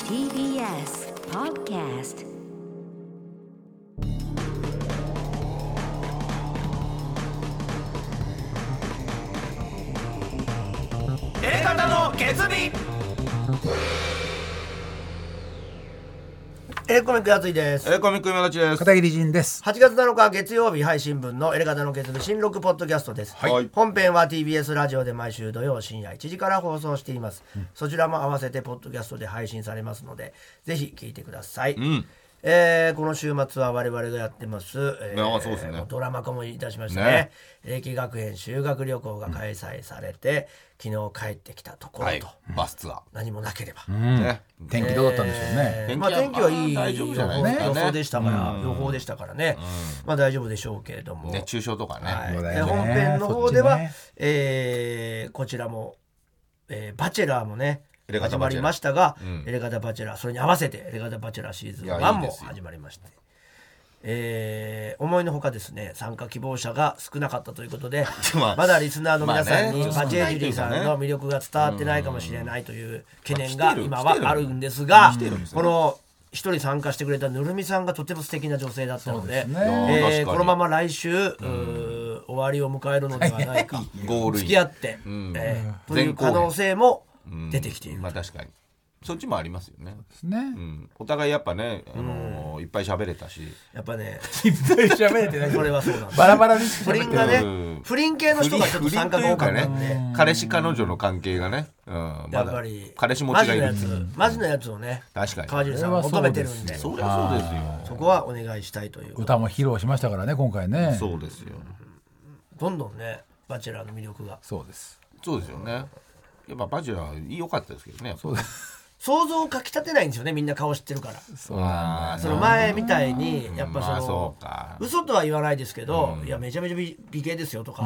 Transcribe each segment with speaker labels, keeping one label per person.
Speaker 1: TBS Podcast
Speaker 2: の決意
Speaker 3: エレコミックやついです。
Speaker 2: えー、コミック今立ちです。
Speaker 4: 片桐仁です。
Speaker 3: 8月7日月曜日配信分のエレガタの決意新録ポッドキャストです、
Speaker 2: はい
Speaker 3: 本編は TBS ラジオで毎週土曜深夜1時から放送しています、そちらも合わせてポッドキャストで配信されますのでぜひ聞いてください、えーこの週末は我々がやってます、えー
Speaker 2: あそうですね
Speaker 3: もドラマ化もいたしました
Speaker 2: ね
Speaker 3: ね英気学園修学旅行が開催されて、昨日帰ってきたところと、
Speaker 2: バスツア
Speaker 3: 何もなければ、
Speaker 2: ー。ね。
Speaker 4: 天気どうだったんでしょうね。
Speaker 2: 天気は
Speaker 3: まあ、天気はいい
Speaker 2: まあ大丈夫じゃないですかね
Speaker 3: 予報でしたから、予報でしたからね、まあ大丈夫でしょうけれども、
Speaker 2: 熱中症とかね。
Speaker 3: はい
Speaker 4: そうだ
Speaker 3: で
Speaker 4: よね
Speaker 3: 本編の方では、
Speaker 4: そっちね
Speaker 3: えーこちらも、えーバチェラーもね
Speaker 2: エレガタ
Speaker 3: 始
Speaker 2: バ
Speaker 3: ま
Speaker 2: チェラー
Speaker 3: りましたが、
Speaker 2: ん
Speaker 3: エレガタバチェラーそれに合わせてエレガタバチェラーシーズン
Speaker 2: いや
Speaker 3: 1
Speaker 2: いいで
Speaker 3: も
Speaker 2: すよ
Speaker 3: 始まりまして。えー思いのほかですね参加希望者が少なかったということで
Speaker 2: まあ
Speaker 3: まだリスナーの皆さんに
Speaker 2: まあね
Speaker 3: バチェジュリーさんの魅力が伝わってないかもしれないという懸念が今はあるんですがこの一人参加してくれたぬるみさんがとても素敵な女性だったので
Speaker 4: そうですね
Speaker 2: いやー確か
Speaker 3: えー
Speaker 2: に
Speaker 3: このまま来週、うー終わりを迎えるのではないか
Speaker 2: ゴールイン
Speaker 3: 付き合って、えーという可能性も出てきている、
Speaker 2: まあ確かに。そっちもありますよね。う
Speaker 4: ね。
Speaker 2: ん。お互いやっぱね、あのーいっぱい喋れたし。
Speaker 3: やっぱね
Speaker 4: いっぱい 喋れてない
Speaker 3: これはそうなんです
Speaker 4: バラバラにし
Speaker 3: 不
Speaker 4: か
Speaker 3: 倫がね
Speaker 2: うん
Speaker 3: 不倫系の人がちょっと参加が多かったんで、
Speaker 2: ね。彼氏彼女の関係がね。うん。ま
Speaker 3: やっ
Speaker 2: だ
Speaker 3: ぱり
Speaker 2: 彼氏持ちがいる
Speaker 3: マ。ジのやつマジのやつをね
Speaker 2: 確かに
Speaker 3: 川尻さんは求めてるんでそ
Speaker 2: そりゃそうですよ。
Speaker 3: こはお願いしたいという
Speaker 4: 歌も披露しましたからね、今回ね。
Speaker 2: そうですよ。
Speaker 3: どんどんねバチェラーの魅力が
Speaker 4: そうです。
Speaker 2: そうですよね。やっぱバジェラー良かったですけどね。そうです。
Speaker 3: 想像をかきたてないんですよねみんな顔知ってるから
Speaker 4: そうなん
Speaker 3: その前みたいにやっぱそ
Speaker 2: まあ
Speaker 3: の、
Speaker 2: そうか
Speaker 3: 嘘とは言わないですけど、いやめちゃめちゃ美美形ですよとか、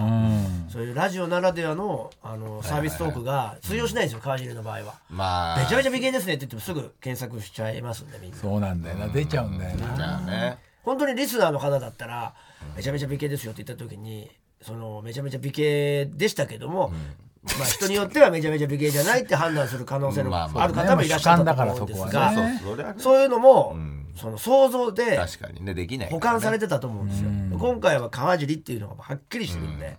Speaker 3: そういうラジオならではのあのサービストークが通用しないんですよ、川尻の場合は、
Speaker 2: まあ。
Speaker 3: めちゃめちゃ美形ですねって言ってもすぐ検索しちゃいますんでみんな
Speaker 4: そうなんだよな。出ちゃうんだよ
Speaker 2: じゃ
Speaker 4: な。
Speaker 2: あね。
Speaker 3: 本当にリスナーの方だったら、めちゃめちゃ美形ですよって言った時にそのめちゃめちゃ美形でしたけども、まあ人によってはめちゃめちゃ美形じゃないって判断する可能性の
Speaker 2: まあまあ
Speaker 3: ある方もいらっしゃったと思うんです
Speaker 4: そうね
Speaker 3: が、
Speaker 4: まあ主観だからそこ
Speaker 2: そう、
Speaker 4: はね
Speaker 2: それはね。
Speaker 3: そういうのも、その想像で
Speaker 2: 確かにね、できないから
Speaker 3: 保
Speaker 2: ね。
Speaker 3: 管されてたと思うんですよ、今回は川尻っていうのがはっきりしてるんで、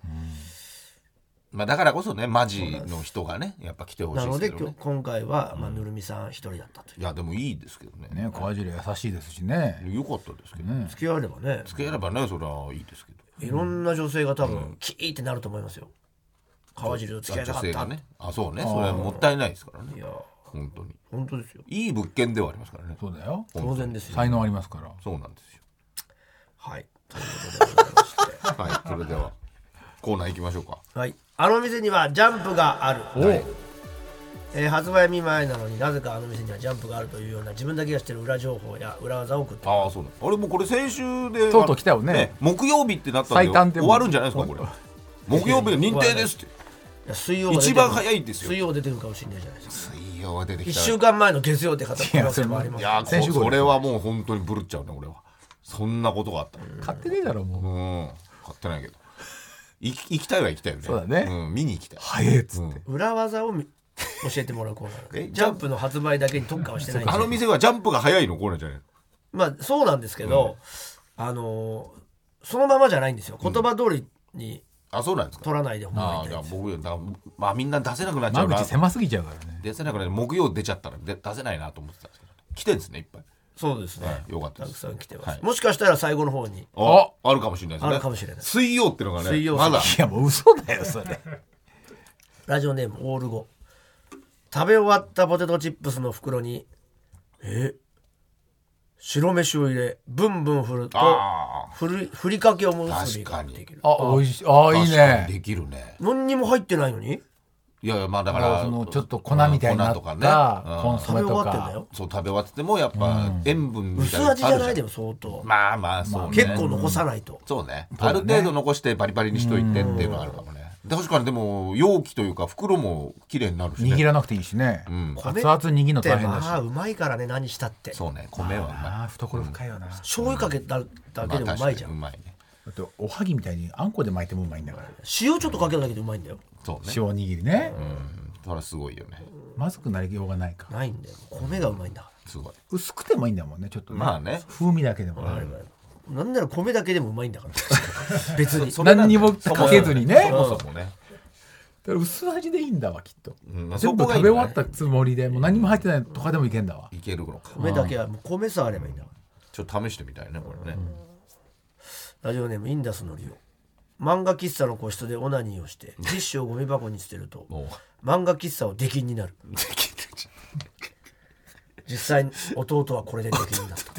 Speaker 2: まあだからこそね、マジの人がね、やっぱ来てほし
Speaker 3: ない
Speaker 2: で
Speaker 3: の
Speaker 2: す
Speaker 3: で
Speaker 2: け
Speaker 3: 今
Speaker 2: ど
Speaker 3: 日
Speaker 2: ね。
Speaker 3: 今回は、まあ、ぬるみさん一人だったという
Speaker 2: いや、でもいいですけどね。
Speaker 4: ね、小尻優しいですしね。
Speaker 2: よかったですけどね。
Speaker 3: 付き合えればね
Speaker 2: 付ければね、それはいいですけど。
Speaker 3: いろんな女性が多分、キーってなると思いますよ川尻と付き合いた
Speaker 2: 女
Speaker 3: かったっ
Speaker 2: 性
Speaker 3: て
Speaker 2: がね。あ、そうね。それはもったいないですから
Speaker 3: い
Speaker 2: ね。
Speaker 3: や
Speaker 2: 本当に。
Speaker 3: 本当ですよ
Speaker 2: いい物件ではありますからね。
Speaker 4: そうだよ。
Speaker 3: 当然ですよ
Speaker 4: 才能ありますから。
Speaker 2: そうなんですよ。
Speaker 3: はいということでございまして
Speaker 2: はい、それでは、コーナー行きましょうか。
Speaker 3: はいあの店にはジャンプがあるえー発売日前なのになぜかあの店にはジャンプがあるというような自分だけが知ってる裏情報や裏技を送って
Speaker 2: ああ、そうだ。あれ、もうこれ先週で。
Speaker 4: とうとう来たよね
Speaker 2: 木曜日ってなったんで、
Speaker 4: 最短で
Speaker 2: 終
Speaker 4: も
Speaker 2: わるんじゃないですか、 これ。木曜日で認定ですって。
Speaker 3: いや水曜が出て
Speaker 2: 一
Speaker 3: くる
Speaker 2: 番早いですよ
Speaker 3: 水曜出てくるかもしれないじゃないですか
Speaker 2: 水曜は出てき
Speaker 3: 1
Speaker 2: た。
Speaker 3: 週間前の月曜って方可能性もありま
Speaker 2: い
Speaker 3: す
Speaker 2: やー
Speaker 4: 先週
Speaker 2: こ
Speaker 4: 号
Speaker 2: それはもう本当にブルっちゃうね俺はそんなことがあったう
Speaker 4: 買ってねえだろ、
Speaker 2: ん
Speaker 4: もう。
Speaker 2: 買ってないけど行き行きたいは行きたいよね
Speaker 4: そうだね
Speaker 2: ん、見に行きたい
Speaker 4: 早えっつって。
Speaker 3: 裏技をみ 教えてもらうコーナ
Speaker 2: え
Speaker 3: ージャンプの発売だけに特化はしてないんで
Speaker 2: あ
Speaker 3: す
Speaker 2: の店はジャンプが早いのこうなんじゃないの
Speaker 3: まあそうなんですけど、あのーそのままじゃないんですよ言葉通りに
Speaker 2: あそうなんですか
Speaker 3: 取らないでほんま
Speaker 2: あ
Speaker 3: に
Speaker 2: あ
Speaker 3: い
Speaker 2: じ
Speaker 3: た
Speaker 2: ゃ
Speaker 3: い
Speaker 2: あ
Speaker 3: です
Speaker 2: 僕だまあみんな出せなくなっちゃ
Speaker 4: 間
Speaker 2: うな
Speaker 4: 口狭すぎちゃうからね。
Speaker 2: 出せなくなっ木曜出ちゃったらで出せないなと思ってたんですけど来てんですねいっぱい
Speaker 3: そうですね、
Speaker 2: いよかった
Speaker 3: た
Speaker 2: で
Speaker 3: く
Speaker 2: す
Speaker 3: さん来てます、
Speaker 2: はい
Speaker 3: もしかしたら最後の方に
Speaker 2: ああるかもしれないですね
Speaker 3: あるかもしれない
Speaker 2: 水曜ってのがね
Speaker 3: 水曜
Speaker 2: まだ
Speaker 4: いや、もう嘘だよ、それ。
Speaker 3: ラジオネームオール5食べ終わったポテトチップスの袋にえ白飯を入れブンブン振ると
Speaker 2: あ
Speaker 3: ふりふりかけを結びができる
Speaker 4: あ、おいしい。あ、いい
Speaker 2: 確かに
Speaker 4: ね。
Speaker 2: できるね
Speaker 3: 何にも入ってないのに
Speaker 2: いやいやまあだか
Speaker 4: だから
Speaker 2: ら
Speaker 4: そのちょっと粉みたいにな
Speaker 2: 粉
Speaker 4: っ
Speaker 2: とかね
Speaker 4: た
Speaker 2: うん
Speaker 4: コンソ
Speaker 3: 食べ
Speaker 4: メ
Speaker 3: 終
Speaker 4: と
Speaker 3: わってんだ
Speaker 4: か
Speaker 3: よ
Speaker 2: そう食べ終わっててもやっぱ塩分みたい
Speaker 3: 薄
Speaker 2: なのある
Speaker 3: 味じゃ
Speaker 2: ん
Speaker 3: ないでも相当、
Speaker 2: まあまあそうね
Speaker 3: 結構残さないと、
Speaker 2: そうねある程度残してバリバリにしといてっていうのはあるかもね確かにでも容器というか袋も綺麗になるしね
Speaker 4: 握らなくていいしね
Speaker 3: 米
Speaker 4: 熱々握るの
Speaker 3: で
Speaker 4: 大変だし
Speaker 3: まあうまいからね何したって
Speaker 2: そうね米はうま
Speaker 4: ああ懐深いよな、だ
Speaker 3: 醤油かけただ
Speaker 2: い
Speaker 3: けでもうまいじゃん、
Speaker 2: まあ確かにうまいね
Speaker 4: っておはぎみたいにあんこで巻いてもうまいんだから
Speaker 3: 塩ちょっとかけただけでうまいんだよ
Speaker 2: そうね
Speaker 4: 塩おにぎりね、
Speaker 2: うんそれはすごいよね
Speaker 4: まずくなりようがないか
Speaker 3: ないんだよ米がうまいんだか
Speaker 2: すごい
Speaker 4: 薄くてもいいんだもんねちょっと
Speaker 2: まあね
Speaker 4: 風味だけでも、
Speaker 3: ら、なんなら米だけでもうまいんだから別に
Speaker 2: それなん
Speaker 4: 何
Speaker 2: だ
Speaker 4: に
Speaker 2: よ
Speaker 4: もかけずにね
Speaker 2: そもそもね
Speaker 4: だから薄味でいいんだわきっと、
Speaker 2: んまあ
Speaker 4: 全部
Speaker 2: そこ
Speaker 4: 食
Speaker 2: が
Speaker 4: べ
Speaker 2: いいんだ
Speaker 4: 終
Speaker 2: ね
Speaker 4: わったつもりでもう何も入ってないとかでもいけんだわ、
Speaker 2: いけるのか
Speaker 3: 米だけはもう米さえあればいいんだから
Speaker 2: ちょっと試してみたいねこれね
Speaker 3: ラジオネームインダスのリオ漫画喫茶の個室でオナニーをしてティッシュをゴミ箱に捨てると
Speaker 2: も
Speaker 3: 漫画喫茶を出禁になる
Speaker 2: うできてるじ
Speaker 3: 実際に弟はこれで出禁になった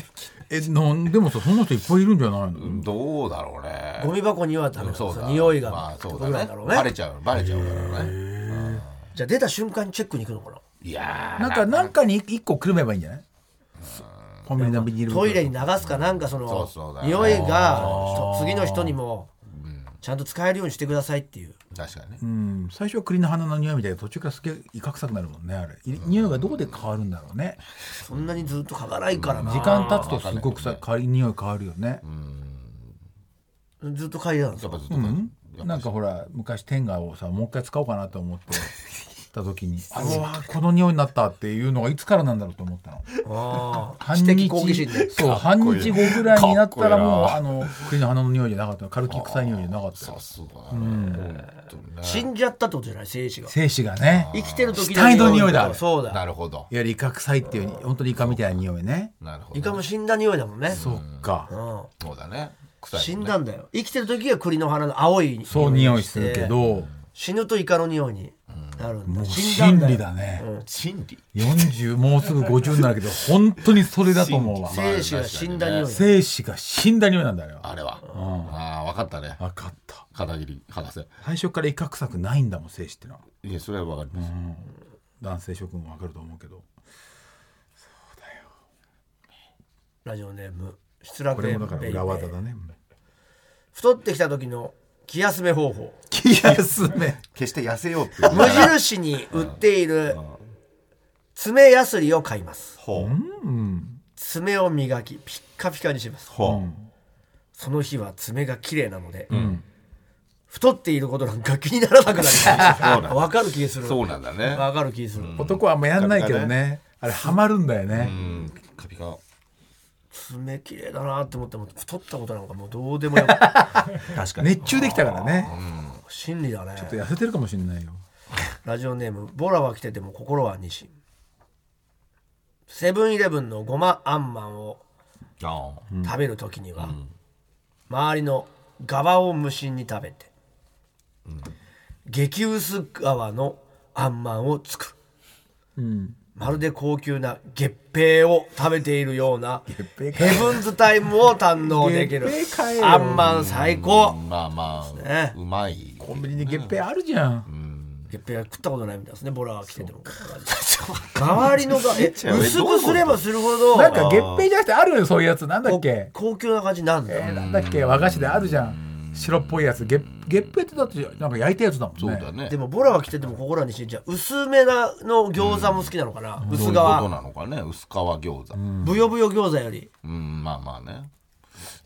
Speaker 4: えなんでもさそんな人いっぱいいるんじゃないの、
Speaker 2: ゃんどうだろうね
Speaker 3: ゴミ箱にはダメなんです
Speaker 2: そう
Speaker 3: よ
Speaker 2: だ
Speaker 3: 匂いが、
Speaker 2: まあそう
Speaker 3: 僕
Speaker 2: だ
Speaker 3: ら
Speaker 2: ね
Speaker 3: ろうね
Speaker 2: バレちゃうバレちゃうからね
Speaker 3: じゃあ出た瞬間にチェックに行くのかない
Speaker 2: やー
Speaker 4: なんかなんかに一個くるめばいいんじゃないコンビニのビニール袋
Speaker 3: トイレに流すかなんかその
Speaker 2: そうそうだね
Speaker 3: 匂いがと次の人にもちゃんと使えるようにしてくださいっていう
Speaker 2: 確かにね
Speaker 4: うん最初は栗の花の匂いみたいな途中からすげえ威嚇臭くなるもんねあれい匂いがどこで変わるんだろうね
Speaker 3: そんなにずっと嗅がないからな
Speaker 4: 時間経つとすごくさ変わり匂い変わるよね、
Speaker 3: ずっと嗅いでたんです
Speaker 2: やっ
Speaker 3: よ
Speaker 2: ぱずっと
Speaker 4: なんかほら昔天下をさもう一回使おうかなと思ってた時に「あうわこの匂いになった」っていうのがいつからなんだろうと思ったの
Speaker 3: ああ
Speaker 4: 半
Speaker 3: 知
Speaker 4: 日
Speaker 3: 的好奇心で
Speaker 4: そう半日後ぐらいになったらもう
Speaker 2: か
Speaker 4: あの栗の花の匂いじゃなかったの軽木臭い匂いじゃなかった
Speaker 2: さ
Speaker 4: よ
Speaker 2: すがだね本当にね
Speaker 3: 死んじゃったってことじゃない精子が
Speaker 4: 精子がね
Speaker 3: 生きてる時
Speaker 4: 死体の匂いだ
Speaker 3: そうだ
Speaker 2: なるほど
Speaker 4: いやイカ臭いっていう本当にイカみたいな匂いね
Speaker 2: なるほ
Speaker 3: イ
Speaker 2: ど
Speaker 3: カも死んだ匂いだもんね
Speaker 4: そっか
Speaker 3: うん
Speaker 2: そうだね臭い
Speaker 3: 死
Speaker 2: も
Speaker 3: ん
Speaker 2: ね
Speaker 3: だんだよ生きてる時は栗の花の青い
Speaker 4: そう
Speaker 3: 匂
Speaker 4: 匂
Speaker 3: が
Speaker 4: い
Speaker 3: し
Speaker 4: す
Speaker 3: て
Speaker 4: るけど
Speaker 3: 死ぬとイカの匂いになるんだ
Speaker 4: もう
Speaker 3: 死んだん
Speaker 4: 真
Speaker 3: だよ
Speaker 4: 理だね
Speaker 2: 心理
Speaker 4: 40もうすぐ50になるけど本当にそれだと思うわ
Speaker 2: 真
Speaker 3: 精
Speaker 2: 理
Speaker 3: 子が 死んだ匂い
Speaker 4: 精子が死んだ匂いなんだよ
Speaker 2: あれはああ分かったね
Speaker 4: 分かった
Speaker 2: 片桐博士
Speaker 4: 最初から威嚇臭くないんだもん精子ってのはい
Speaker 2: やそれは分かります
Speaker 4: 男性諸君も分かると思うけど
Speaker 3: ラジオネーム失
Speaker 4: こ
Speaker 3: 楽
Speaker 4: れ
Speaker 3: 園
Speaker 4: もだから
Speaker 3: ベイベ
Speaker 4: 裏技
Speaker 3: ー
Speaker 4: だね
Speaker 3: 太ってきた時の気休め方法
Speaker 4: 気休め
Speaker 2: 決して痩せようっていう
Speaker 3: 無印に売っている爪やすりを買います
Speaker 2: ほう
Speaker 3: 爪を磨きピッカピカにします
Speaker 2: ほ
Speaker 3: その日は爪が綺麗なので、太っていることなんか気にならなくなり ますわかる気がす
Speaker 2: う
Speaker 3: る
Speaker 2: そうなんだね
Speaker 3: わかる気がする、
Speaker 4: 男はあんまやんないけどねあれハマるんだよね
Speaker 2: うんピッカピカ
Speaker 3: 爪綺麗だなって思っても太ったことなんかもうどうでもよく
Speaker 4: 確かに熱中できたからね
Speaker 3: 真理だね
Speaker 4: 痩せてるかもしれないよ
Speaker 3: ラジオネームボラは来てても心は西セブンイレブンのごまあんまんを
Speaker 2: ああ
Speaker 3: 食べる時には、周りの側を無心に食べて、激薄側のあんまんをつく、まるで高級な月餅を食べているようなヘ
Speaker 4: 餅
Speaker 3: ブンズタイムを堪能できる
Speaker 4: 月餅かよ
Speaker 3: あんまん最高、
Speaker 2: まあまあ
Speaker 3: ね
Speaker 2: うまい
Speaker 4: コンビニに月餅あるじゃん
Speaker 3: 月餅は食ったことないみたいですねボラが来てても周りのが え薄くすればするほど
Speaker 4: なんか月餅じゃなくてあるよそういうやつなんだっけ
Speaker 3: 高級な感じになるんだよ、
Speaker 4: えーなんだっけ和菓子であるじゃん白っぽいやつ月月餅ってだってなんか焼いたやつだもんね
Speaker 2: そうだね
Speaker 3: でもボラは来てても心にしじゃあ薄めなの餃子も好きなのかな、
Speaker 2: そうい
Speaker 3: 薄
Speaker 2: うこと
Speaker 3: 皮
Speaker 2: なのかね薄皮餃子うん
Speaker 3: ぶよぶよ餃子より
Speaker 2: まあまあね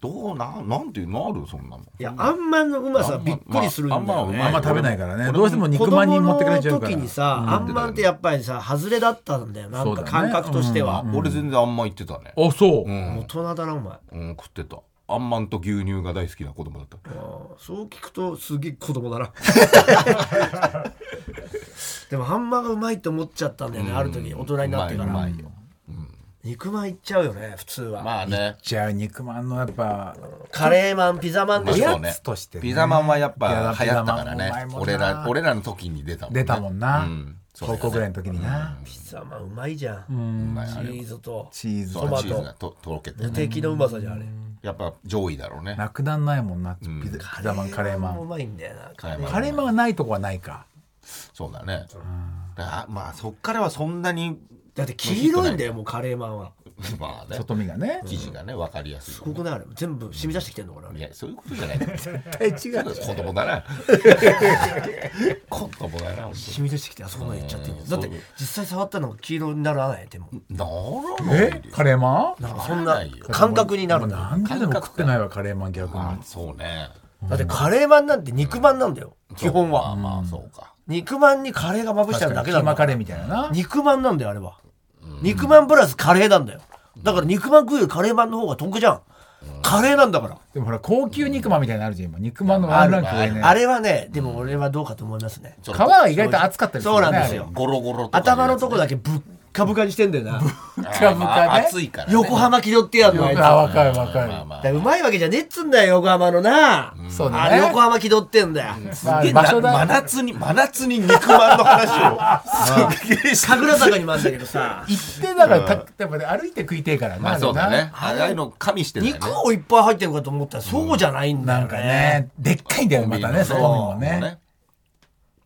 Speaker 2: どうなんなんていうのあるそんなの
Speaker 3: いやあんまんのうま
Speaker 2: あ
Speaker 3: さ
Speaker 2: んま
Speaker 3: びっくりするんだよね、
Speaker 2: あんまはうま
Speaker 4: あんま食べないからねどうしても
Speaker 3: 子
Speaker 4: 肉まんに
Speaker 3: 供
Speaker 4: 持ってかれ
Speaker 3: の
Speaker 4: ちゃうから
Speaker 3: 時にさ、あんまんってやっぱりさ外れだったんだよなんか感覚としては、
Speaker 2: あ俺全然あんま言ってたね
Speaker 4: あそう、
Speaker 3: 大人だなお前
Speaker 2: うん食ってたあんまんと牛乳が大好きな子供だった
Speaker 3: そう聞くとすげえ子供だ なでもハンマーがうまいって思っちゃったんだよね、ある時大人になってか
Speaker 2: うま
Speaker 3: ら
Speaker 2: いよ
Speaker 3: 肉まんいっちゃうよね普通は、
Speaker 2: まあね
Speaker 4: じゃあ肉まんのやっぱ
Speaker 3: カレーマンピザマンで
Speaker 2: まあ
Speaker 3: しょ
Speaker 2: そ
Speaker 4: や
Speaker 2: うね
Speaker 4: つとしてね
Speaker 2: ピザマンはやっ
Speaker 4: いや
Speaker 2: ぱ流行ったから
Speaker 4: ピザマ
Speaker 2: ね
Speaker 4: ンもうまい
Speaker 2: 俺
Speaker 4: もんな
Speaker 2: ら俺らの時に出たもんね
Speaker 4: 出たもんな、
Speaker 2: うんそうだ
Speaker 4: 高
Speaker 2: よね
Speaker 4: 校ぐらいの時にな、
Speaker 3: ピザマンうまいじゃん、
Speaker 2: うまい
Speaker 3: チ
Speaker 2: あれ
Speaker 3: ーズと
Speaker 4: チーズ
Speaker 2: そ
Speaker 4: は
Speaker 2: う
Speaker 3: トマト
Speaker 2: チーズがととろけて
Speaker 3: 無
Speaker 2: ね
Speaker 3: 敵のうまさじゃんあれ
Speaker 2: やっぱ上位だろうね
Speaker 4: なくなんないもんな、ピザピザマンカレーマ
Speaker 3: もう
Speaker 4: ン
Speaker 3: まいんだよなカレー
Speaker 2: カレーマン
Speaker 4: カレーマンがないとこはないか
Speaker 2: そうだねだからまあそっからはそんなに
Speaker 3: だって黄色いんだよもうカレーマンは
Speaker 2: まあね
Speaker 4: 外見がね
Speaker 2: 生地がね分かりやすいよ
Speaker 3: すごく
Speaker 2: ね
Speaker 3: ないあれ全部染み出してきてんのかなあ
Speaker 2: い
Speaker 3: れ
Speaker 2: やそういうことじゃない子
Speaker 4: え違う
Speaker 2: 供だな子供だな本
Speaker 3: 染み出してきてあそこまでいっちゃってんだよ
Speaker 2: うん
Speaker 3: だって
Speaker 2: そう
Speaker 3: 実際触ったのが黄色にならないでも
Speaker 2: 当にならな
Speaker 4: え
Speaker 2: いです
Speaker 4: カレーマン
Speaker 3: なんかそん
Speaker 2: なら
Speaker 3: な
Speaker 2: ないよ
Speaker 3: 感覚になるんだよ
Speaker 4: 何十年も食ってないわカレーマン逆に
Speaker 2: まあそうね
Speaker 3: だってカレーマンなんて肉まんなんだよ基本は
Speaker 2: まあまあそうか
Speaker 3: 肉まんにカレーがまぶしてあるだけ
Speaker 4: キ
Speaker 3: な
Speaker 4: ー
Speaker 3: んだ
Speaker 4: マカレーみたいなな
Speaker 3: 肉まんなんだよあれは肉まんプラスカレーなんだよだから肉まん食うよりカレーまんの方が得じゃんカレーなんだから
Speaker 4: でもほら高級肉まんみたいになのあるじゃん今肉まんのワンランク上ね
Speaker 3: あれはねでも俺はどうかと思いますね
Speaker 2: ちょっ
Speaker 4: 皮
Speaker 2: と
Speaker 4: は意外と厚かったりする
Speaker 3: そう
Speaker 4: よね
Speaker 3: なんですよ
Speaker 2: ゴロゴロとか
Speaker 3: 頭のとこだけぶっかぶかにしてんだよな
Speaker 4: あれ
Speaker 2: あーまあ
Speaker 4: ね
Speaker 2: 熱いからね
Speaker 3: 横浜気取ってやん のあいつ
Speaker 4: あ若い若い、
Speaker 2: まあまあ
Speaker 3: だからうまいわけじゃねえっつんだよ横浜のな
Speaker 4: そうね
Speaker 3: あれ横浜気取ってんだよ
Speaker 4: まあ
Speaker 2: で
Speaker 4: 場所
Speaker 2: な真
Speaker 4: だ
Speaker 2: 夏に真夏に肉まんの話をすげえして
Speaker 3: 神楽坂にもあんだけどさ
Speaker 4: 行ってだからたやっぱ歩いて食いてえからな
Speaker 2: まあそうだ
Speaker 4: れな
Speaker 2: ねああいうの加味してんだよね
Speaker 3: 肉をいっぱい入ってるかと思ったらそうじゃないんだよ
Speaker 4: な
Speaker 3: ね
Speaker 4: んかねでっかいんだよまたねそういうのもね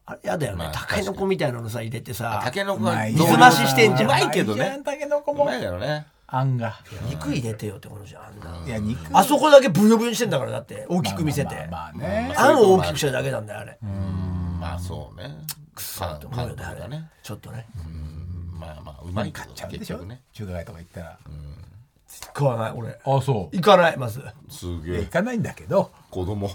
Speaker 3: あれやだよね
Speaker 2: まあ
Speaker 3: タケノコみたいなのさ入れてさ
Speaker 2: たけのこ
Speaker 4: まあ
Speaker 2: が
Speaker 4: いい
Speaker 2: どう
Speaker 3: 水増ししてんじゃん
Speaker 2: うまいけどね
Speaker 4: たけのこ
Speaker 2: う
Speaker 4: も
Speaker 2: まいけどね
Speaker 4: あんが
Speaker 3: 肉入れてよってことじゃんあんない
Speaker 4: や肉
Speaker 3: あそこだけブヨブヨにしてんだからだって大きく見せて
Speaker 4: まあまあまあね
Speaker 3: あんを大きくしてるだけなんだよあれ
Speaker 2: まあそうねくさ
Speaker 3: と思うよねあ
Speaker 2: が
Speaker 3: れ
Speaker 2: ね
Speaker 3: ちょっとね
Speaker 2: まあまあうまいけど
Speaker 4: ちゃうで
Speaker 2: 結
Speaker 4: しょ
Speaker 2: 局ね
Speaker 4: 中華街とか行ったら
Speaker 3: 食わない俺
Speaker 4: あそう
Speaker 3: 行かないます
Speaker 2: すげ
Speaker 4: いや
Speaker 2: え
Speaker 4: 行かないんだけど
Speaker 2: 子 供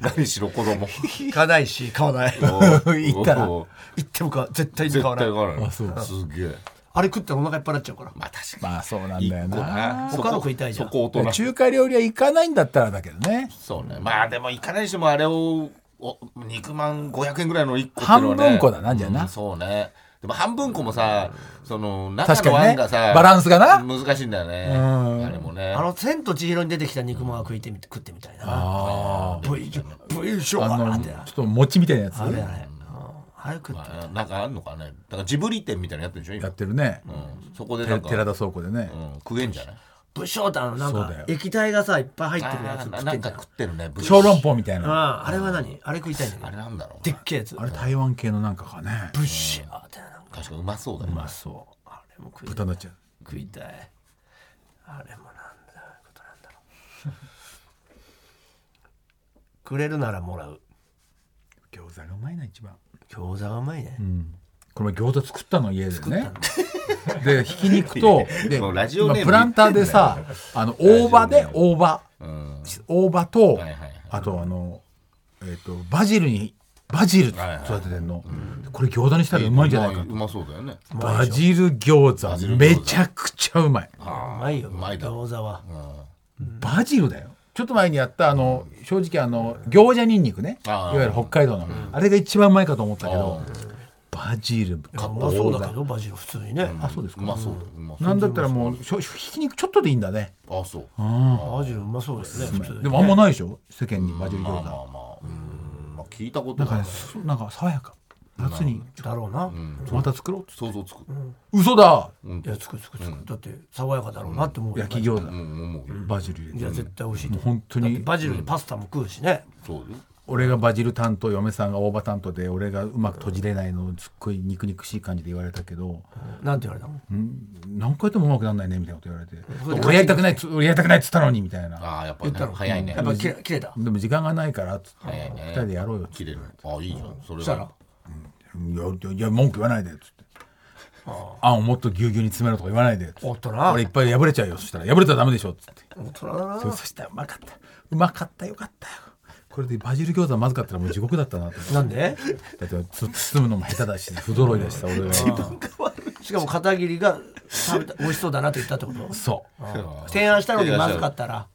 Speaker 2: 何しろ子供
Speaker 3: 行かないし買わない行
Speaker 4: 行ったら
Speaker 2: おー
Speaker 3: ってもか絶対に
Speaker 2: 絶
Speaker 3: 買わ
Speaker 2: 対
Speaker 3: ない
Speaker 2: 買わない
Speaker 4: あそう
Speaker 2: すげえ
Speaker 3: あれ食ったらお腹いっぱいになっちゃうから
Speaker 2: まあ確か
Speaker 4: まあそうな
Speaker 2: に
Speaker 4: んだよな
Speaker 2: そこ
Speaker 3: 他の食いたいじゃん
Speaker 2: そこ大人
Speaker 4: 中華料理は行かないんだったらだけどね
Speaker 2: そうねまあでも行かないにしてもあれをお肉まん500円ぐらいの1個っていうのはね
Speaker 4: 半分こだなじゃあな
Speaker 2: うんそうねでも半分こもさその中
Speaker 4: 確か
Speaker 2: の
Speaker 4: に
Speaker 2: あ
Speaker 4: ね
Speaker 2: んがさ
Speaker 4: バランスがな
Speaker 2: 難しいんだよね
Speaker 4: ん
Speaker 2: あれもね
Speaker 3: あの「千と千尋」に出てきた肉まんは食いてみて食ってみたいな
Speaker 4: あ
Speaker 3: ブイブイショ
Speaker 4: あ
Speaker 3: ワー
Speaker 4: の
Speaker 3: っ
Speaker 4: ち
Speaker 3: て
Speaker 4: ょっと餅みたいなやつ
Speaker 3: あれあれうんあれ食って
Speaker 2: まあなんかあんのかねだからジブリ店みたいなのやってるでしょ
Speaker 4: や
Speaker 2: 今
Speaker 4: ってるね
Speaker 2: うんそこでな
Speaker 4: 寺
Speaker 2: んか
Speaker 4: 寺田倉庫でね
Speaker 2: うん食えんじゃない
Speaker 3: ブショーってあのなん
Speaker 4: そうだ
Speaker 3: か
Speaker 4: よ
Speaker 3: 液体がさいっぱい入ってるや
Speaker 2: あ
Speaker 3: つ
Speaker 2: ー
Speaker 3: 食
Speaker 2: な
Speaker 3: っ
Speaker 2: な
Speaker 3: て
Speaker 2: ん
Speaker 3: ん
Speaker 2: か
Speaker 3: だよ
Speaker 2: 食ってるねブリ
Speaker 4: 小籠包みたいな
Speaker 3: あーあれは何あれ食いたいんだ
Speaker 2: あ
Speaker 3: よ
Speaker 2: れ
Speaker 3: ね
Speaker 2: なんだろう
Speaker 3: でっ
Speaker 2: な
Speaker 3: けえやつ
Speaker 4: あれ台湾系のなんかかね
Speaker 3: ブシャーってなんか
Speaker 2: 確かにうまそうだよ
Speaker 4: う
Speaker 2: ね
Speaker 4: まそう
Speaker 3: あれも食いたい
Speaker 4: 豚になっちゃう
Speaker 3: 食いたいあれもなんだことなんだろう くれるならもらう
Speaker 4: 餃子がうまいな一番
Speaker 3: 餃子がうまいね、
Speaker 4: この餃子作ったの家でねでひき 肉とで
Speaker 2: もうラジオネーム
Speaker 4: 今プランターでさあの大葉で大葉
Speaker 2: うん
Speaker 4: 大葉
Speaker 2: は
Speaker 4: と
Speaker 2: いはい
Speaker 4: あとあのえっとバジルにバジル育
Speaker 2: はいはい
Speaker 4: ててんのこれ餃子にしたらうまいんじゃないか
Speaker 2: うまそうだよね
Speaker 4: バジル餃
Speaker 2: ジ
Speaker 4: 子
Speaker 2: ル餃子
Speaker 4: めちゃくちゃうまいう
Speaker 3: まいよ
Speaker 2: うまいだろ
Speaker 3: 餃子は
Speaker 4: バジルだよちょっと前にやったあの正直あの餃子ニンニクねい
Speaker 2: あー
Speaker 4: わゆる北海道のあれが一番うまいかと思ったけ
Speaker 2: あ
Speaker 4: どバジルか
Speaker 3: うまそうだけどバジル普通にね、
Speaker 4: あそうです
Speaker 2: う
Speaker 4: か
Speaker 2: まそうだようまそう
Speaker 4: なんだったらもうしょひき肉ちょっとでいいんだね
Speaker 2: あそう
Speaker 3: バジルうまそうだよね普通に
Speaker 4: でもあんまないでしょ世間にバジル
Speaker 2: まあ
Speaker 4: 餃
Speaker 2: ま
Speaker 4: 子
Speaker 2: あまあうんまあ聞いたこと
Speaker 4: なんか
Speaker 2: ない
Speaker 4: ねすなんか爽やか夏に
Speaker 3: だろうな、
Speaker 4: また作ろうっつっ
Speaker 2: 想像つく
Speaker 4: て嘘だ
Speaker 3: いやつくつくつく、だって爽やかだろうなって思うよ、
Speaker 4: 焼き餃
Speaker 2: う
Speaker 4: 子
Speaker 2: ん思うよ
Speaker 4: バジル入
Speaker 3: い
Speaker 4: れ
Speaker 3: や
Speaker 4: て
Speaker 3: 絶対美味しいと思う
Speaker 4: 本当
Speaker 3: だって
Speaker 4: に
Speaker 3: バジルにパスタも食うしね、
Speaker 2: そうよ
Speaker 4: 俺がバジル担当嫁さんが大葉担当で俺がうまく閉じれないのをすっごい肉肉しい感じで言われたけど
Speaker 3: なんて言われたの
Speaker 4: 何回やってもうまくなんないねみたいなこと言われて俺やりたくないっつ俺やりたくないっつったのにみたいな
Speaker 2: ああやっぱり早いね
Speaker 3: やっぱ切れ切れた
Speaker 4: でも時間がないからっつって
Speaker 2: 早いね
Speaker 4: 二人でやろうよっつって
Speaker 2: 切れるあいいじゃんそれ
Speaker 3: したら
Speaker 2: は
Speaker 4: うんいやいや文句言わないでっつってあんをもっとぎゅうぎゅうに詰めろとか言わないでっつって
Speaker 3: おっとな
Speaker 4: 俺いっぱい破れちゃうよそしたら破れたらダメでしょっつって
Speaker 3: 大人だな
Speaker 4: そそしたらうまかったうまかったよかったよこれでバジル餃子まずかったらもう地獄だったなって
Speaker 3: なんで
Speaker 4: だってつ包むのも下手だし不揃いだしさ俺は
Speaker 3: しかも片桐が食 べた美味しそうだなって言ったってこと
Speaker 4: そう
Speaker 3: 提案したのにまずかったら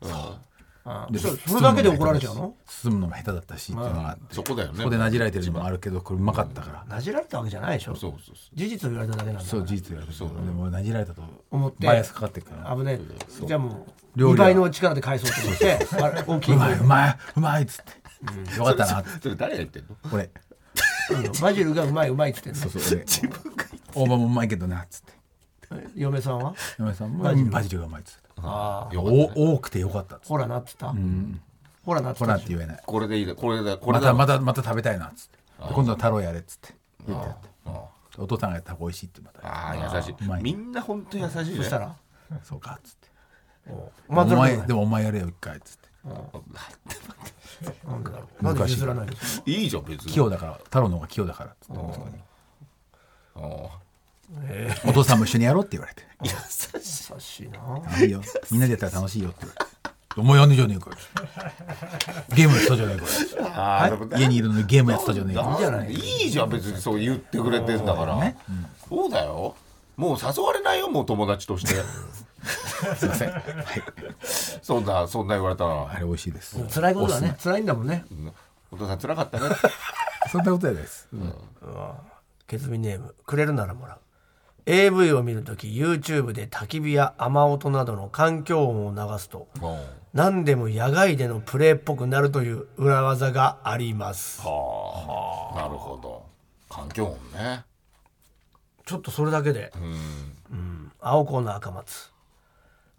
Speaker 3: あーそそれだけで怒られちゃうの
Speaker 4: 包むのも下手だったしっていうのがあって
Speaker 2: そこだよね
Speaker 4: そこでなじられてるのもあるけどこれうまかったから
Speaker 3: なじられたわけじゃないでしょ
Speaker 2: そうそうそ
Speaker 3: 事実を言われただけなんだ
Speaker 4: そう事実やるそうでもなじられたと
Speaker 3: 思って
Speaker 4: バイアスかかってるから
Speaker 3: 危ねえじゃあもう
Speaker 4: 料
Speaker 3: 2
Speaker 4: 理は
Speaker 3: 倍の力で返そうと思ってあ大きいう声
Speaker 4: まいうまいうまいっつってよかったなっつって
Speaker 2: それ誰が言ってんの
Speaker 4: 俺
Speaker 3: うんバジルがうまいうまいっつってんの
Speaker 4: そうそう俺大葉もうまいけどなっつって
Speaker 3: 嫁さんは
Speaker 4: 嫁さんもうんバジルがうまいっつって
Speaker 3: ああ
Speaker 2: よかったね
Speaker 4: お多くてよかったっつって
Speaker 3: ほらなっつったほらなっつ
Speaker 4: ほ
Speaker 3: っ
Speaker 4: ら
Speaker 3: た
Speaker 4: って言えない
Speaker 2: これでいいだこれだこれ
Speaker 4: ま
Speaker 2: だ
Speaker 4: たまたまた食べたいなっつってで今度は太郎やれっつって言ってやってお父さんがやったら美味しいってまた
Speaker 2: ああ優し
Speaker 4: うま
Speaker 2: い
Speaker 4: い
Speaker 2: みんな本当優しいね
Speaker 3: そしたら
Speaker 4: そうかっつって
Speaker 3: お前
Speaker 4: お前
Speaker 3: なん
Speaker 4: でもお前やれよ一回っつって
Speaker 3: でだろうなんで譲らないの
Speaker 2: いいじゃん別に
Speaker 4: 器用だから太郎の方が器用だからっつって息子に
Speaker 2: ああ
Speaker 4: お父さんも一緒にやろうって言われて
Speaker 3: 優しいな
Speaker 4: あいいよみんなでやったら楽しいよって言われてお前やんねえじゃねえかよゲームやってたじゃねえかよ
Speaker 2: あーでも
Speaker 4: 家にいるのにゲームやってたじゃねえかよ
Speaker 2: いいじゃん別にそう言ってくれてんだから、そうだよもう誘われないよもう友達として
Speaker 4: すいませんはい
Speaker 2: そんなそんな言われたら
Speaker 4: あれ美味しいです
Speaker 3: 辛いことだね辛いんだもんね
Speaker 2: お父さん辛かったね
Speaker 4: そんなことやないです
Speaker 3: ケズミネームくれるならもらう AV を見るとき YouTube で焚き火や雨音などの環境音を流すと
Speaker 2: うんは
Speaker 3: 何でも野外でのプレーっぽくなるという裏技があります
Speaker 2: あなるほど環境音ね
Speaker 3: ちょっとそれだけで、うん青コーナー赤松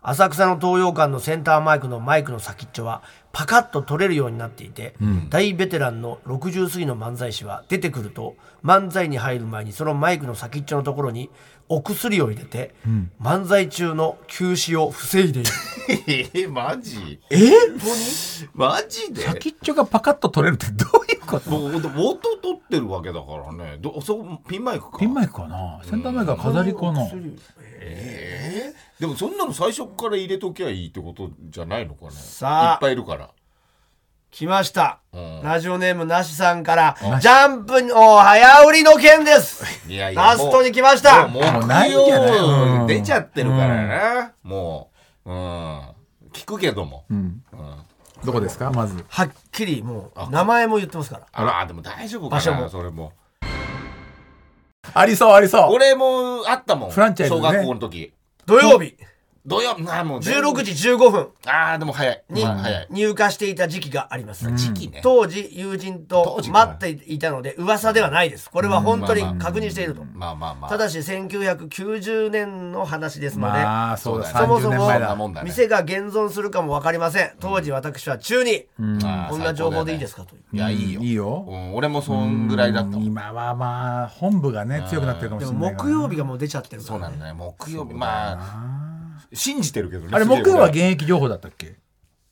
Speaker 3: 浅草の東洋館のセンターマイクのマイクの先っちょはパカッと取れるようになっていて、大ベテランの60過ぎの漫才師は出てくると漫才に入る前にそのマイクの先っちょのところにお薬を入れて、漫才中の休止を防いでいる
Speaker 2: えー、マジ
Speaker 4: えー
Speaker 2: マジで
Speaker 4: 先っちょがパカッと取れるってどういうこと
Speaker 2: もう元取ってるわけだからねどそうピンマイクか
Speaker 4: ピンマイクかなセンターマイクは飾り子の
Speaker 2: えーでもそんなの最初から入れときゃいいってことじゃないのかね
Speaker 3: さあ
Speaker 2: いっぱいいるから
Speaker 3: 来ました、
Speaker 2: うん
Speaker 3: ラジオネームなしさんからジャンプの早売りの件です
Speaker 2: いやいや
Speaker 3: ラストに来ました
Speaker 2: もうもう
Speaker 4: もうないん
Speaker 2: 木
Speaker 4: じゃない
Speaker 2: 曜
Speaker 4: うん
Speaker 2: 出ちゃってるからな、もう、うん、聞くけども、
Speaker 4: うん
Speaker 2: うん
Speaker 4: どこですかまず
Speaker 3: はっきりもう名前も言ってますから
Speaker 2: あらでも大丈夫か
Speaker 3: 場所
Speaker 2: な
Speaker 3: も
Speaker 2: それも
Speaker 4: ありそうありそう
Speaker 2: 俺もあったもん
Speaker 4: フランチャイズ
Speaker 2: 小
Speaker 4: ね
Speaker 2: 学校の時
Speaker 3: 土曜日
Speaker 2: 土曜なあもう
Speaker 3: 16時15分
Speaker 2: ああでも早い
Speaker 3: に
Speaker 2: まあ早い
Speaker 3: 入荷していた時期があります、
Speaker 2: 時期ね
Speaker 3: 当時友人と
Speaker 2: 当時か
Speaker 3: 待っていたので噂ではないですこれは本当に確認していると
Speaker 2: まあまあまあ
Speaker 3: ただし1990年の話ですので、
Speaker 4: まあそうだ
Speaker 2: そうだね
Speaker 4: 30年
Speaker 2: そ
Speaker 4: 前
Speaker 2: もそ
Speaker 4: だ
Speaker 2: もだね
Speaker 3: 店が現存するかも分かりません当時私は中に、
Speaker 2: あー
Speaker 3: こんな情報でいいです
Speaker 2: か
Speaker 3: かという
Speaker 2: いやいいよ
Speaker 4: うんいいよ
Speaker 2: うん俺もそんぐらいだったもん
Speaker 4: 今はまあ本部がね強くなってるかも
Speaker 3: で
Speaker 4: しれ
Speaker 3: も
Speaker 4: ないから
Speaker 3: 木曜日がもう出ちゃってるか
Speaker 2: そうな
Speaker 3: ら、
Speaker 2: ん
Speaker 3: ね、
Speaker 2: だね木曜日まあ信じてるけどね
Speaker 4: あれ
Speaker 2: すげえ
Speaker 4: 木曜は現役情報だったっけ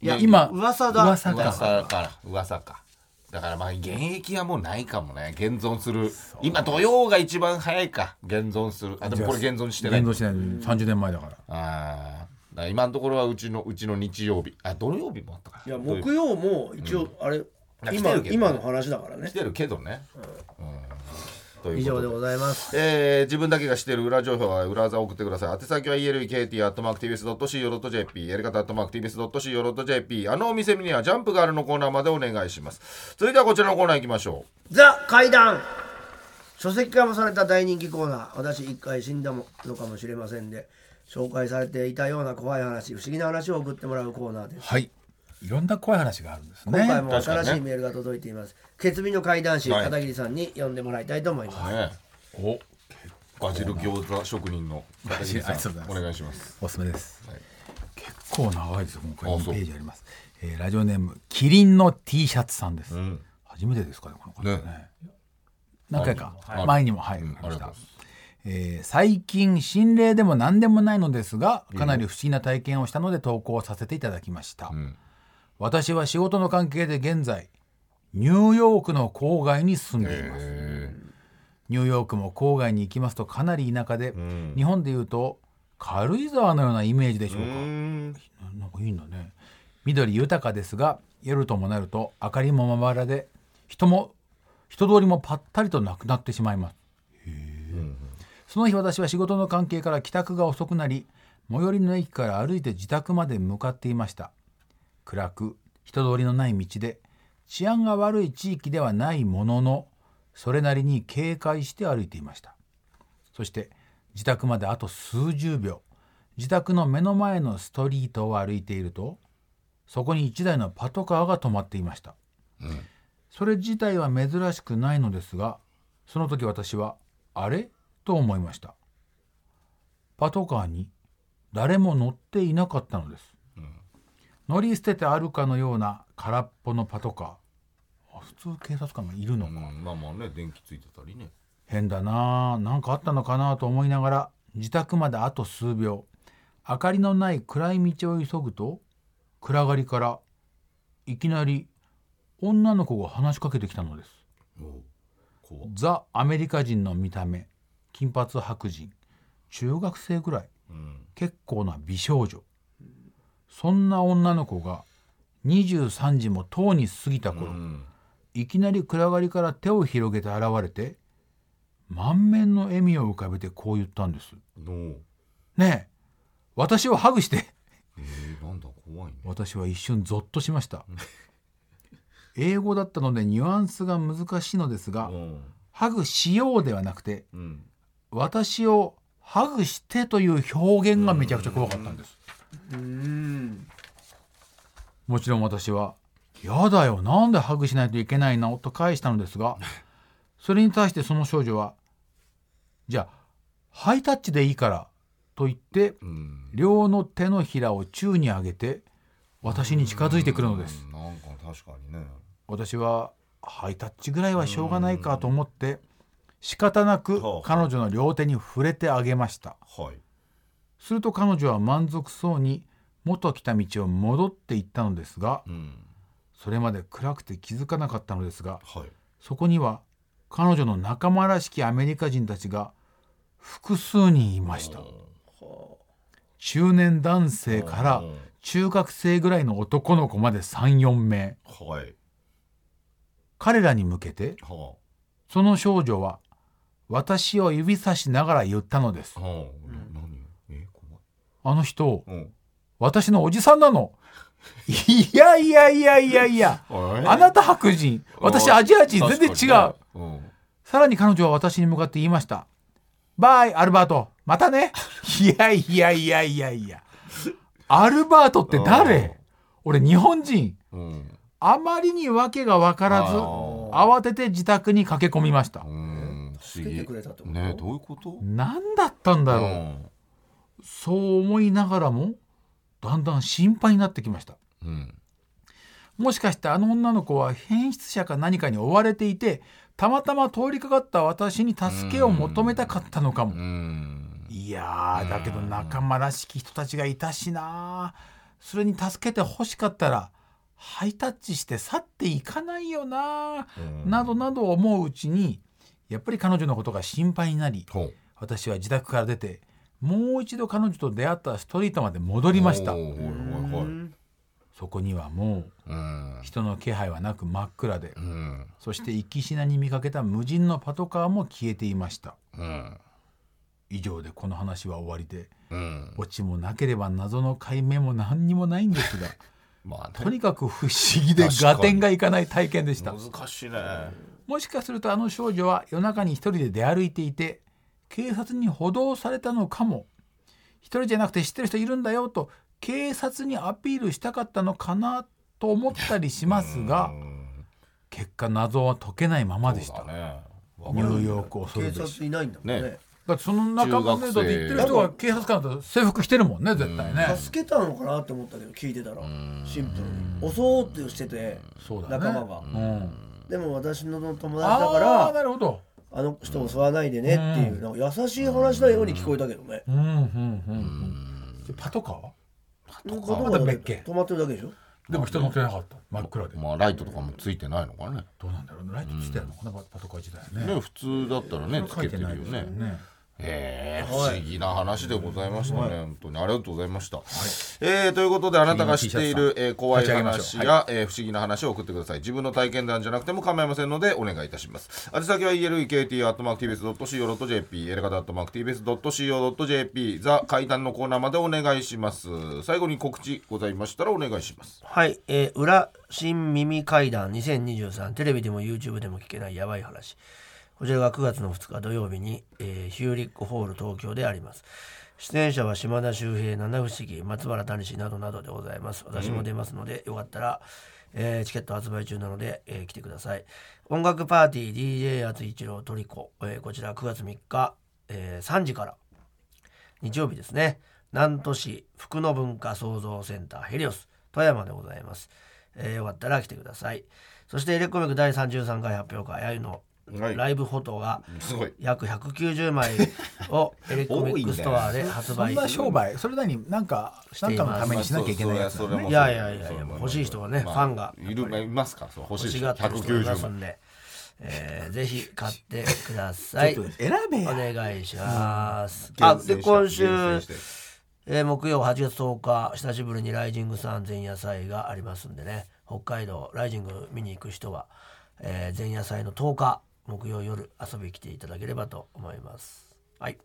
Speaker 3: いや
Speaker 4: 今
Speaker 3: 噂だ
Speaker 4: 噂だ
Speaker 2: 噂から噂かだからまあ現役はもうないかもね現存する今土曜が一番早いか現存するあでもこれ現存してない
Speaker 4: 現存してない30年前だから
Speaker 2: あーだから今のところはうちのうちの日曜日あ土曜日もあったか
Speaker 3: いや木曜も一応あれ、
Speaker 2: や来
Speaker 3: 今
Speaker 2: てるけど
Speaker 3: 今の話だからね
Speaker 2: してるけどね、うんとい
Speaker 3: 以
Speaker 2: う
Speaker 3: 上
Speaker 2: こと
Speaker 3: で
Speaker 2: で
Speaker 3: ございます
Speaker 2: えー自分だけが知っている裏情報は裏技を送ってください。宛先は elekt.tvs.co.jp、やり方 .tvs.co.jp、あのお店にはジャンプがあるのコーナーまでお願いします。続いてはこちらのコーナー行きましょ
Speaker 3: ザ怪談書籍化もされた大人気コーナー私一回死んだのかもしれませんで紹介されていたような怖い話不思議な話を送ってもらうコーナーです
Speaker 4: はいいろんな怖い話があるんですね
Speaker 3: 今回も
Speaker 2: 確かに
Speaker 3: 新
Speaker 2: ね
Speaker 3: しいメールが届いています、決備の怪談師
Speaker 2: はい
Speaker 3: 片桐さんに読んでもらいたいと思います、
Speaker 2: う。ね
Speaker 4: お
Speaker 2: バジル餃子職人の片桐
Speaker 4: ありがと
Speaker 2: さ
Speaker 4: うんござい
Speaker 2: お
Speaker 4: ます
Speaker 2: 願いします。
Speaker 4: おすすめです、
Speaker 2: はい
Speaker 4: 結構長いですよ今回
Speaker 2: あ
Speaker 4: 2
Speaker 2: そ
Speaker 4: ペ
Speaker 2: う
Speaker 4: ージあります、えーラジオネームキリンの T シャツさんです、
Speaker 2: ん
Speaker 4: 初めてですかねこの方ね
Speaker 2: ね
Speaker 4: 何回か
Speaker 2: はい
Speaker 4: 前にもはい、
Speaker 2: うん
Speaker 4: ありまし
Speaker 2: ありがとうございま
Speaker 4: た
Speaker 2: す
Speaker 4: えー最近心霊でも何でもないのですがかなり不思議な体験をしたので投稿させていただきました、
Speaker 2: ん
Speaker 4: 私は仕事の関係で現在ニューヨークの郊外に住んでいます、
Speaker 2: え
Speaker 4: ニューヨークも郊外に行きますとかなり田舎で、日本でいうと軽井沢のようなイメージでしょうか、
Speaker 2: ー、
Speaker 4: ななんかいいんだね緑豊かですが夜ともなると明かりもまばらで人も人通りもぱったりとなくなってしまいますその日私は仕事の関係から帰宅が遅くなり最寄りの駅から歩いて自宅まで向かっていました暗く人通りのない道で治安が悪い地域ではないもののそれなりに警戒して歩いていましたそして自宅まであと数十秒自宅の目の前のストリートを歩いているとそこに一台のパトカーが止まっていました、それ自体は珍しくないのですがその時私はあれと思いましたパトカーに誰も乗っていなかったのです、乗り捨ててあるかのような空っぽのパトカーあ普通警察官がいるのか、
Speaker 2: うんまあまあね電気ついてたりね。
Speaker 4: 変だなあなんかあったのかなと思いながら自宅まであと数秒明かりのない暗い道を急ぐと暗がりからいきなり女の子が話しかけてきたのです
Speaker 2: お怖っ
Speaker 4: ザ・アメリカ人の見た目金髪白人中学生ぐらい
Speaker 2: うん
Speaker 4: 結構な美少女そんな女の子が23時もとうに過ぎた頃、いきなり暗がりから手を広げて現れて満面の笑みを浮かべてこう言ったんです。
Speaker 2: のえ
Speaker 4: ねえ私をハグして
Speaker 2: ー、なんだ怖いね
Speaker 4: 私は一瞬ゾッとしました英語だったのでニュアンスが難しいのですが、
Speaker 2: うん
Speaker 4: ハグしようではなくて
Speaker 2: うん
Speaker 4: 私をハグしてという表現がめちゃくちゃ怖かったんですもちろん私は「やだよなんでハグしないといけないの?」と返したのですがそれに対してその少女は「じゃあハイタッチでいいから」と言って
Speaker 2: うん
Speaker 4: 両の手のひらを宙に上げて私に近づいてくるのです
Speaker 2: うんなんか確かにね
Speaker 4: 私はハイタッチぐらいはしょうがないかと思って仕方なく
Speaker 2: はあ
Speaker 4: 彼女の両手に触れてあげました
Speaker 2: はい
Speaker 4: すると彼女は満足そうに元来た道を戻っていったのですが
Speaker 2: うん
Speaker 4: それまで暗くて気づかなかったのですが
Speaker 2: はい
Speaker 4: そこには彼女の仲間らしきアメリカ人たちが複数人いました中年男性から
Speaker 2: うん
Speaker 4: 中学生ぐらいの男の子まで34名
Speaker 2: はい
Speaker 4: 彼らに向けて
Speaker 2: は
Speaker 4: その少女は私を指さしながら言ったのです
Speaker 2: あはあ何え怖い
Speaker 4: あの人
Speaker 2: うん
Speaker 4: 私のおじさんなのいやいやいやいやいやあな
Speaker 2: た
Speaker 4: た白人私アジア人全然違う
Speaker 2: うん
Speaker 4: さらに彼女は私に向かって言いました。バイ、アルバート。また ね。いやいやいやいやいや。アルバートって
Speaker 2: うん
Speaker 4: 誰俺日本人。
Speaker 2: うん
Speaker 4: あまりに訳が分から
Speaker 2: あ
Speaker 4: ず、
Speaker 2: ー
Speaker 4: 慌てて自宅に駆け込みました
Speaker 2: う。ん不思
Speaker 3: 助け
Speaker 2: 議
Speaker 3: てくれたってこと
Speaker 2: ねえどういうこと
Speaker 4: 何だったんだろう。そう思いながらも、だんだん心配になってきました。
Speaker 2: うんうん
Speaker 4: もしかしてあの女の子は変質者か何かに追われていて、たまたま通りかかった私に助けを求めたかったのかも
Speaker 2: う。ん
Speaker 4: いやーだけど仲間らしき人たちがいたしなそれに助けて欲しかったらハイタッチして去っていかないよな
Speaker 2: うん
Speaker 4: などなど思ううちにやっぱり彼女のことが心配になり
Speaker 2: ほう
Speaker 4: 私は自宅から出てもう一度彼女と出会ったストリートまで戻りました
Speaker 2: おーはいはいはい
Speaker 4: そこにはも
Speaker 2: うん
Speaker 4: う人の気配はなく真っ暗で
Speaker 2: うん
Speaker 4: そして行きしなに見かけた無人のパトカーも消えていました
Speaker 2: うん
Speaker 4: 以上でこの話は終わりで
Speaker 2: うん
Speaker 4: オチもなければ謎の解明も何にもないん ですが
Speaker 2: まあ
Speaker 4: と
Speaker 2: ね
Speaker 4: にかく不思議で合点がいかない体験でした
Speaker 2: 難しいね
Speaker 4: もしかするとあの少女は夜中に一人で出歩いていて警察に補導されたのかも一人じゃなくて知ってる人いるんだよと警察にアピールしたかったのかなと思ったりしますが
Speaker 2: うん
Speaker 4: 結果謎は解けないままでし
Speaker 2: そ
Speaker 4: た
Speaker 2: うだねわ
Speaker 4: ニ
Speaker 2: かる
Speaker 4: ューヨークを恐る
Speaker 3: 警
Speaker 4: べし
Speaker 3: 察いないんだもんね
Speaker 2: ね
Speaker 4: だってその仲間でだって言ってる人が警察官だと制服着てるもんね絶対ね
Speaker 3: 助けたのかなって思ったけど聞いてたらシンプルに襲おうってしてて
Speaker 4: そうだね
Speaker 3: 仲間が
Speaker 4: うん
Speaker 3: でも私の友達だか
Speaker 4: ああー
Speaker 3: ら
Speaker 4: なるほど
Speaker 3: あの人を襲わないでねっていうなんか優しい話のように聞こえたけどね
Speaker 4: うんうんうんうんでパトカーは
Speaker 3: なんかどこ
Speaker 4: また別件
Speaker 3: 止まってるだけでしょ
Speaker 4: でも人乗ってなかった真っ暗で
Speaker 2: まあライトとかもついてないのかね
Speaker 4: どうなんだろうねライトついてるのかなパトカー自体ね
Speaker 2: ね普通だったらねつ
Speaker 4: 書
Speaker 2: け
Speaker 4: い
Speaker 2: て
Speaker 4: て
Speaker 2: るよ
Speaker 4: ないですよ
Speaker 2: ね
Speaker 4: ね
Speaker 2: ええ不思議な話でございましたね、本当にありがとうございました、えーということであなたが知っている、えー怖い
Speaker 4: 立ち上げまし
Speaker 2: 話
Speaker 4: ょう
Speaker 2: や、えー不思議な話を送ってください自分の体験談じゃなくても構いませんのでお願いいたします宛先は elekt.mactvs.co.jp エレカタ .mactvs.co.jp ザ階段のコーナーまでお願いします最後に告知ございましたらお願いします
Speaker 3: はい、えー裏新耳怪談2023テレビでも YouTube でも聞けないやばい話こちらが9月の2日土曜日に、えーヒューリックホール東京であります出演者は島田秀平七不思議松原谷氏などなどでございます私も出ますので、よかったら、えーチケット発売中なので、えー来てください音楽パーティー DJ 厚一郎トリコ、えーこちら9月3日、えー3時から日曜日ですね南砺市福の文化創造センターヘリオス富山でございます、えーよかったら来てくださいそしてエレコミック第33回発表会あゆの
Speaker 2: はい
Speaker 3: ライブフォトが
Speaker 2: すごい
Speaker 3: 約190枚をエレコミックストアで発
Speaker 4: そん
Speaker 3: 売
Speaker 4: な商売それなになんかなんかのためにしなきゃいけないやつ
Speaker 2: まあそうそれも
Speaker 3: いやいやいやいや欲しい人はね
Speaker 2: まあ
Speaker 3: ファンが
Speaker 2: いるいますからそう欲しい
Speaker 3: 欲し
Speaker 2: 人
Speaker 3: がってる人がいま
Speaker 2: 190
Speaker 3: す
Speaker 2: 万
Speaker 3: んで、えーぜひ買ってください
Speaker 4: ちょっと選べ
Speaker 3: お
Speaker 4: や
Speaker 3: 願いします、あ
Speaker 2: 厳
Speaker 3: で
Speaker 2: 選した
Speaker 3: 今週
Speaker 2: 厳選して
Speaker 3: えー木曜8月10日久しぶりにライジングさん前夜祭がありますんでね北海道ライジング見に行く人は、えー前夜祭の10日木曜夜遊びに来ていただければと思いますはい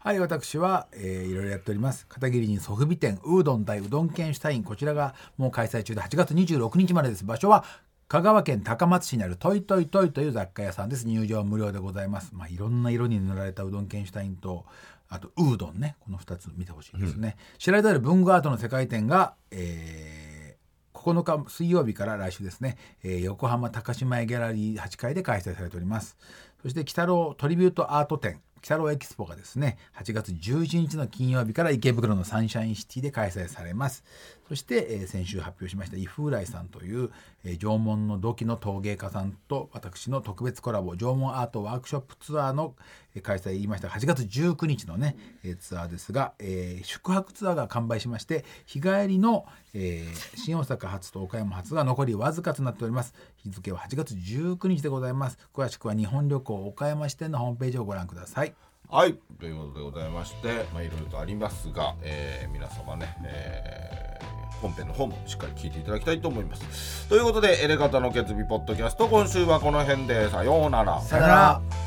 Speaker 4: はい、私は、えーいろいろやっております。片桐にソフビ店、うどん対うどん県主体員、こちらがもう開催中で8月26日までです。場所は香川県高松市にあるトイトイトイという雑貨屋さんです。入場は無料でございます。まあ、いろんな色に塗られたうどん県主体員と、あとうどんね、この2つ見てほしいですね。知られてある文具アートの世界展が、えー9日水曜日から来週ですね、えー横浜高島屋ギャラリー8階で開催されております。そして、北郎トリビュートアート展、北郎エキスポがですね、8月11日の金曜日から池袋のサンシャインシティで開催されます。そして、えー先週発表しました、伊風来さんという、えー縄文の土器の陶芸家さんと私の特別コラボ、縄文アートワークショップツアーのえー開催言いました、8月19日のね、えーツアーですが、えー宿泊ツアーが完売しまして、日帰りの、えー新大阪発と岡山発が残りわずかとなっております。日付は8月19日でございます。詳しくは日本旅行岡山支店のホームページをご覧ください。
Speaker 2: はいということでございまして、まあ、いろいろとありますが、えー皆様ね、えー本編の方もしっかり聞いていただきたいと思います。ということで、エレガタの決意ポッドキャスト、今週はこの辺で、さようなら。
Speaker 3: さよなら